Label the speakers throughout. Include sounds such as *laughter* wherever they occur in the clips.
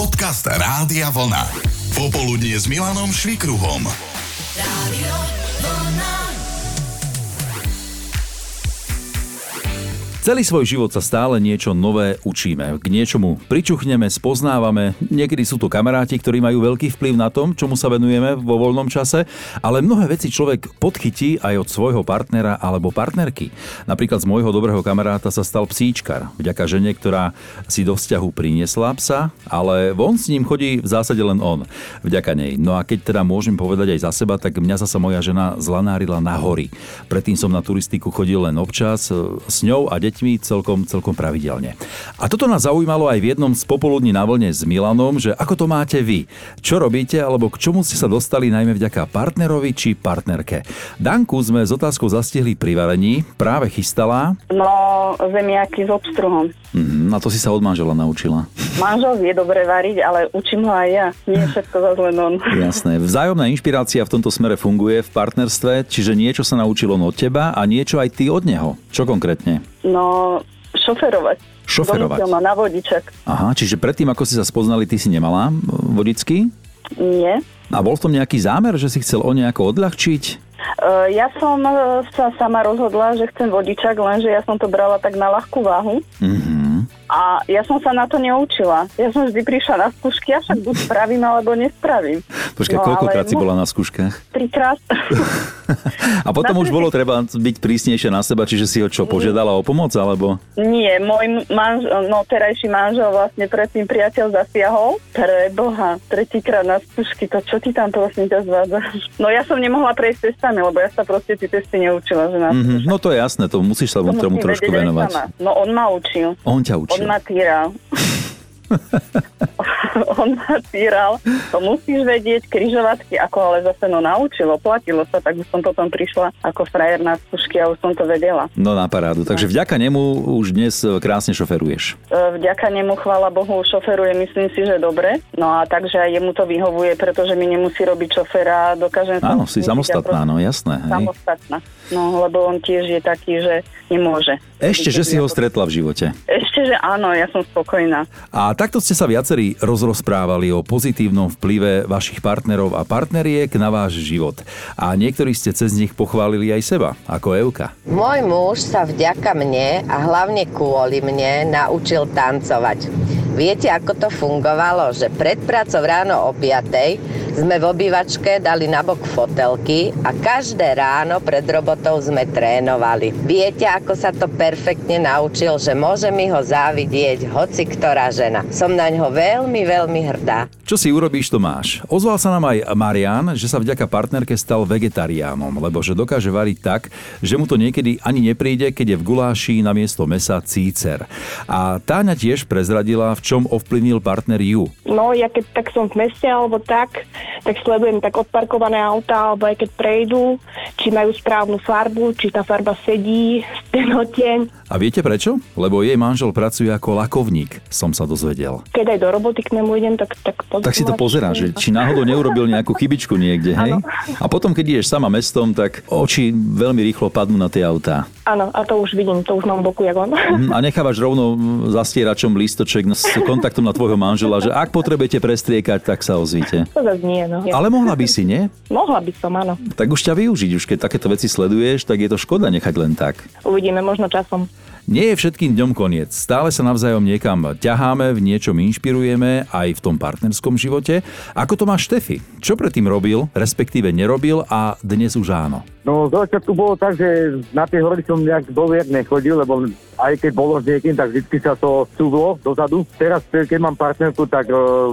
Speaker 1: podcast Rádia Vlna. Popoludnie s Milanom Švikruhom.
Speaker 2: Rádio Vlna.
Speaker 3: Celý svoj život sa stále niečo nové učíme. K niečomu pričuchneme, spoznávame. Niekedy sú to kamaráti, ktorí majú veľký vplyv na tom, čomu sa venujeme vo voľnom čase, ale mnohé veci človek podchytí aj od svojho partnera alebo partnerky. Napríklad z môjho dobrého kamaráta sa stal psíčkar, vďaka žene, ktorá si do vzťahu priniesla psa, ale von s ním chodí v zásade len on. Vďaka nej. No a keď teda môžem povedať aj za seba, tak mňa zasa moja žena zlanárila na hory. Predtým som na turistiku chodil len občas, e, s ňou a deťmi celkom, celkom pravidelne. A toto nás zaujímalo aj v jednom z popoludní na vlne s Milanom, že ako to máte vy, čo robíte alebo k čomu ste sa dostali najmä vďaka partnerovi či partnerke. Danku sme s otázkou zastihli pri varení, práve chystala,
Speaker 4: No, zemiaky s obstruhom.
Speaker 3: Mhm, na to si sa od manžela naučila.
Speaker 4: Manžel vie dobre variť, ale učím ho aj ja. Nie je všetko zase len on.
Speaker 3: Jasné. Vzájomná inšpirácia v tomto smere funguje v partnerstve, čiže niečo sa naučil on od teba a niečo aj ty od neho. Čo konkrétne?
Speaker 4: No, šoferovať.
Speaker 3: Šoferovať.
Speaker 4: Donutil ma na vodičak.
Speaker 3: Aha, čiže predtým, ako ste sa spoznali, ty si nemala e, vodický?
Speaker 4: Nie.
Speaker 3: A bol v tom nejaký zámer, že si chcel o nejako odľahčiť?
Speaker 4: E, Ja som e, sa sama rozhodla, že chcem vodičak, lenže ja som to brala tak na ľahkú váhu
Speaker 3: Mhm.
Speaker 4: a ja som sa na to neučila. Ja som vždy prišla na skúšky, a však buď spravím, alebo nespravím.
Speaker 3: Počkaj,
Speaker 4: No,
Speaker 3: koľkokrát
Speaker 4: ale
Speaker 3: si
Speaker 4: mo-
Speaker 3: bola na skúškach?
Speaker 4: Trikrát.
Speaker 3: A potom už bolo treba byť prísnejšie na seba, čiže si ho čo, požiadala o pomoc, alebo...
Speaker 4: Nie, môj manžel, no terajší manžel vlastne predtým priateľ zasiahol. Preboha, tretíkrát na skúšky, to čo ti tam prosím ťa zvádza? No ja som nemohla prejsť testami, lebo ja sa proste tie testy neučila, že na
Speaker 3: Mhm. No to je jasné, to musíš sa
Speaker 4: To musím
Speaker 3: tomu trošku
Speaker 4: vedieť aj sama.
Speaker 3: venovať.
Speaker 4: No on ma učil,
Speaker 3: On ťa
Speaker 4: on
Speaker 3: učil.
Speaker 4: ma
Speaker 3: *laughs*
Speaker 4: týral. on ma týral, to musíš vedieť, križovatky, ako ale zase no naučilo, platilo sa, tak už som potom prišla ako frajer na skúšky a už som to vedela.
Speaker 3: No na parádu. Takže vďaka nemu už dnes e, krásne šoferuješ.
Speaker 4: E, Vďaka nemu, chvála Bohu, šoferuje, myslím si, že dobre. No a takže aj jemu to vyhovuje, pretože mi nemusí robiť šofera, dokážem
Speaker 3: Áno, si
Speaker 4: skúsiť a
Speaker 3: samostatná,
Speaker 4: proste-
Speaker 3: no jasné. Hej.
Speaker 4: Samostatná. No, lebo on tiež je taký, že nemôže.
Speaker 3: Ešte, že si ho stretla v živote.
Speaker 4: Ešte, že áno, ja som spokojná.
Speaker 3: A takto ste sa viacerí rozrozprávali o pozitívnom vplyve vašich partnerov a partneriek na váš život. A niektorí ste cez nich pochválili aj seba, ako Euka.
Speaker 5: Môj muž sa vďaka mne a hlavne kvôli mne naučil tancovať. Viete, ako to fungovalo, že pred pracou ráno o 5 sme v obývačke dali nabok fotelky a každé ráno pred robotou sme trénovali. Viete, ako sa to perfektne naučil, že môže mi ho závidieť hoci ktorá žena. Som na ňo veľmi, veľmi hrdá.
Speaker 3: Čo si urobíš, to máš. Ozval sa nám aj Marian, že sa vďaka partnerke stal vegetariánom, lebo že dokáže variť tak, že mu to niekedy ani nepríde, keď je v guláši na miesto mesa cícer. A Táňa tiež prezradila, v čom ovplyvnil partner ju.
Speaker 6: No, ja keď tak som v meste alebo tak, tak sledujem tak odparkované autá, alebo aj keď prejdú, či majú správnu farbu, či tá farba sedí, ten oteň.
Speaker 3: A viete prečo? Lebo jej manžel pracuje ako lakovník, som sa dozvedel.
Speaker 6: Keď aj do roboty k nemu idem, tak, tak pozerám.
Speaker 3: Tak si to pozerá, že či náhodou neurobil nejakú chybičku niekde, hej? A potom, keď ideš sama mestom, tak oči veľmi rýchlo padnú na tie autá.
Speaker 6: Áno, a to už vidím, to už mám v boku, jak on. *laughs*
Speaker 3: Mhm, A nechávaš rovno zastieračom lístoček s kontaktom na tvojho manžela, že ak potrebujete prestriekať, tak sa ozvite.
Speaker 6: To zase nie, no.
Speaker 3: Ale mohla by si, nie?
Speaker 6: Mohla by som, áno.
Speaker 3: Tak už ťa využiť, už keď takéto veci sleduješ, tak je to škoda nechať len tak.
Speaker 6: Uvidíme, možno časom.
Speaker 3: Nie je všetkým dňom koniec. Stále sa navzájom niekam ťaháme, v niečom inšpirujeme, aj v tom partnerskom živote. Ako to má Štefy? Čo predtým robil, respektíve nerobil a dnes už áno?
Speaker 7: No, z začiatku bolo tak, že na tie hory som nejak dovier nechodil, lebo aj keď bolo s niekým, tak vždy sa to cúvlo dozadu. Teraz, eh, keď mám partnerku, tak uh,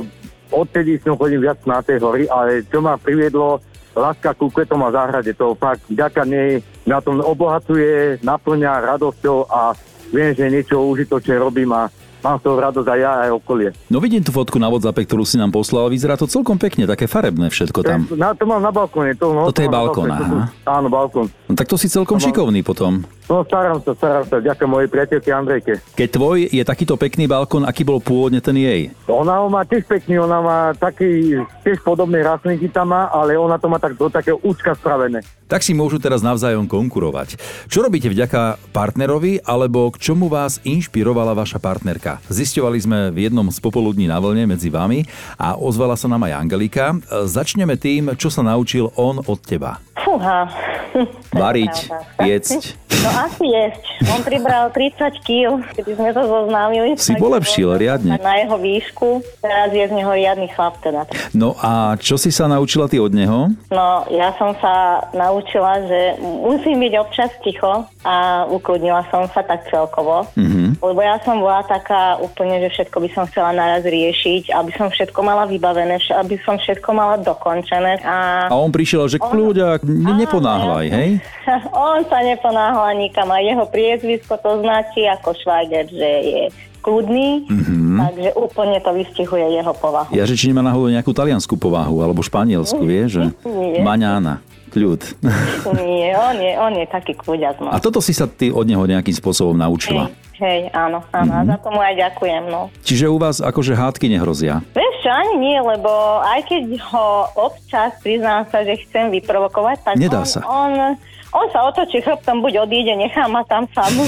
Speaker 7: odtedy som chodil viac na tie hory, ale čo ma priviedlo, láska ku kvetom a záhrade, to fakt vďaka nej na tom obohacuje, naplňa radosťou a viem, že niečo užitočne robím a mám z toho radosť aj ja, aj okolie.
Speaker 3: No vidím tú fotku na WhatsAppe, ktorú si nám poslal, vyzerá to celkom pekne, také farebné všetko tam.
Speaker 7: Eh. Na, to mám na balkóne. To, no,
Speaker 3: Toto je
Speaker 7: mám na
Speaker 3: balkón,
Speaker 7: balkóne, to
Speaker 3: aha.
Speaker 7: sú- Áno, balkón.
Speaker 3: No, tak to si celkom šikovný potom.
Speaker 7: No starám sa, starám sa, ďakujem mojej priateľke Andrejke.
Speaker 3: Keď tvoj je takýto pekný balkón, aký bol pôvodne ten jej?
Speaker 7: Ona ho má tiež pekný, ona má taký, tiež podobné rastlinky tam má, ale ona to má tak do takého účka spravené.
Speaker 3: Tak si môžu teraz navzájom konkurovať. Čo robíte vďaka partnerovi, alebo k čomu vás inšpirovala vaša partnerka? Zisťovali sme v jednom z popoludní na vlne medzi vami a ozvala sa nám aj Angelika. E, Začneme tým, čo sa naučil on od teba.
Speaker 8: Fúha. *laughs*
Speaker 3: Variť, piecť.
Speaker 8: No asi jesť. On pribral 30 kg, kedy sme sa zoznámili.
Speaker 3: Si
Speaker 8: Tak
Speaker 3: polepšil
Speaker 8: bol
Speaker 3: riadne.
Speaker 8: Na jeho výšku. Teraz je z neho riadny chlap teda.
Speaker 3: No a čo si sa naučila ty od neho?
Speaker 8: No, ja som sa naučila, že musím byť občas ticho a ukludnila som sa tak celkovo.
Speaker 3: Mhm.
Speaker 8: Mm-hmm. Lebo ja som bola taká úplne, že všetko by som chcela naraz riešiť, aby som všetko mala vybavené, vš- aby som všetko mala dokončené. A
Speaker 3: A on prišiel, že kľúďa, ne, neponáhľaj, hej?
Speaker 8: *laughs* On sa neponáhla nikam a jeho priezvisko to značí ako šváger, že je kľudný, mm-hmm. takže úplne to vystihuje jeho
Speaker 3: Mhm.
Speaker 8: povahu.
Speaker 3: Ja že či nemá náhodou nejakú taliansku povahu, alebo španielsku, vie, že?
Speaker 8: Nie.
Speaker 3: Maňána,
Speaker 8: *laughs*
Speaker 3: kľud.
Speaker 8: *laughs* Nie, on je, on je taký kľuďaz. No.
Speaker 3: A toto si sa ty od neho nejakým spôsobom naučila.
Speaker 8: Hej, hej, áno,
Speaker 3: Mhm.
Speaker 8: áno, mm-hmm. a za to mu aj ďakujem, no.
Speaker 3: Čiže u vás akože hádky nehrozia.
Speaker 8: Vieš čo, ani nie, lebo aj keď ho občas priznám sa, že chcem vyprovokovať, tak
Speaker 3: Nedá
Speaker 8: on,
Speaker 3: sa.
Speaker 8: On, on sa otočí chrbtom, buď odíde, nechá ma tam
Speaker 3: *laughs*
Speaker 8: samú,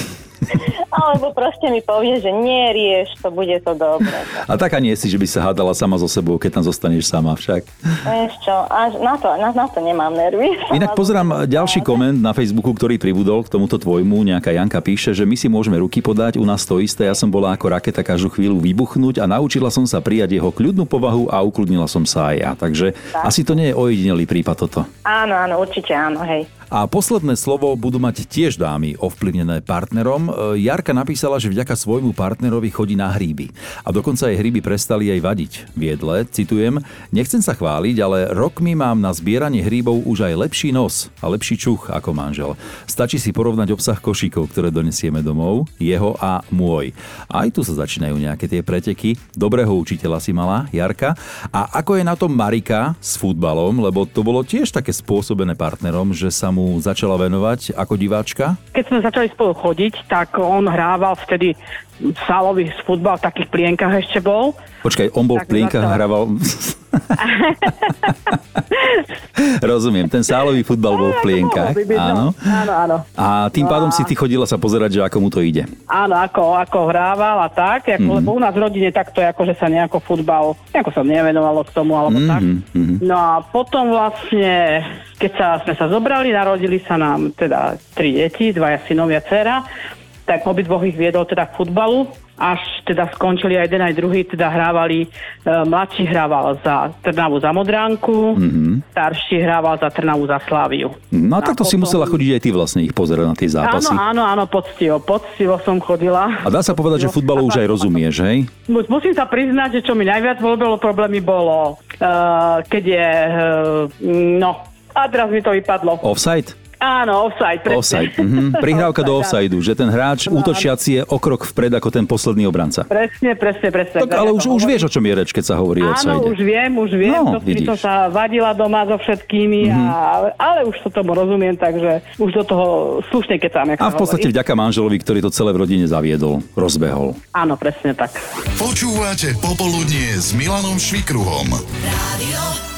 Speaker 8: alebo proste mi povie, že nerieš, to bude to dobré.
Speaker 3: A taká nie si, že by sa hádala sama so sebou, keď tam zostaneš sama však.
Speaker 8: Vieš čo, až na to, na, na to nemám nervy. *laughs*
Speaker 3: Inak pozerám ďalší koment na Facebooku, ktorý pribudol k tomuto tvojmu. Nejaká Janka píše, že my si môžeme ruky podať, u nás to isté, ja som bola ako raketa každú chvíľu vybuchnúť a naučila som sa prijať jeho kľudnú povahu a ukludnila som sa aj ja. Takže asi to nie je ojedinelý prípad toto.
Speaker 8: Áno, áno, určite áno, hej.
Speaker 3: A posledné slovo budú mať tiež dámy ovplyvnené partnerom. E, Jarka napísala, že vďaka svojmu partnerovi chodí na hríby. A dokonca jej hríby prestali jej vadiť. V jedle, citujem, nechcem sa chváliť, ale rokmi mám na zbieranie hríbov už aj lepší nos a lepší čuch ako manžel. Stačí si porovnať obsah košíkov, ktoré donesieme domov, jeho a môj. Aj tu sa začínajú nejaké tie preteky. Dobrého učiteľa si mala, Jarka. A ako je na tom Marika s futbalom, lebo to bolo tiež také spôsobené partnerom, že sa mu začala venovať ako diváčka?
Speaker 9: Keď sme začali spolu chodiť, tak on hrával vtedy sálový futbal, v takých plienkach ešte bol.
Speaker 3: Počkaj, on bol v
Speaker 9: Tak
Speaker 3: plienkach,
Speaker 9: zase.
Speaker 3: hrával... *laughs* Rozumiem, ten sálový futbal bol v plienkach,
Speaker 9: no.
Speaker 3: áno.
Speaker 9: Áno, áno. No
Speaker 3: A tým pádom si ty chodila sa pozerať, že ako mu to ide.
Speaker 9: Áno, ako, ako hrával a tak, ako,
Speaker 3: Mhm.
Speaker 9: mm-hmm. lebo u nás v rodine takto je, ako, že sa nejako futbal, nejako sa nevenovalo k tomu, alebo mm-hmm. tak.
Speaker 3: Mhm,
Speaker 9: No a potom vlastne, keď sa, sme sa zobrali, narodili sa nám teda tri deti, dvaja synovia, dcera, tak obidvoch ich viedol teda k futbalu, až teda skončili aj jeden aj druhý, teda hrávali, e, mladší hrával za Trnavu za Modránku, mm-hmm.
Speaker 3: Mhm.
Speaker 9: starší hrával za Trnavu za Sláviu.
Speaker 3: No a
Speaker 9: A
Speaker 3: takto si
Speaker 9: potom-
Speaker 3: musela chodiť aj ty vlastne ich pozerať na tie zápasy.
Speaker 9: Áno, áno, áno, poctivo, poctivo som chodila.
Speaker 3: A dá sa povedať, že futbalu už aj rozumieš, hej?
Speaker 9: Mus- Musím sa priznať, že čo mi najviac robilo problémy bolo, uh, keď je, uh, no, a teraz mi to vypadlo.
Speaker 3: Offside?
Speaker 9: Áno, offside, presne.
Speaker 3: Offside. Mhm. Prihrávka do
Speaker 9: Offside, No, áno.
Speaker 3: offsideu, že ten hráč útočiaci je o krok vpred ako ten posledný obranca.
Speaker 9: Presne, presne, presne.
Speaker 3: Tak, ale už, už vieš, o čom je reč, keď sa hovorí
Speaker 9: Áno,
Speaker 3: o
Speaker 9: už
Speaker 3: offside.
Speaker 9: viem, už viem,
Speaker 3: No,
Speaker 9: to, mi to
Speaker 3: vidíš. Mhm.
Speaker 9: sa vadila doma so všetkými, a, ale už to tomu rozumiem, takže už do toho slušne kecám. jak sa
Speaker 3: A v podstate
Speaker 9: hovorí.
Speaker 3: vďaka manželovi, ktorý to celé v rodine zaviedol, rozbehol.
Speaker 9: Áno, presne tak.
Speaker 1: Počúvate Popoludnie s Milanom Švikruhom.
Speaker 2: Radio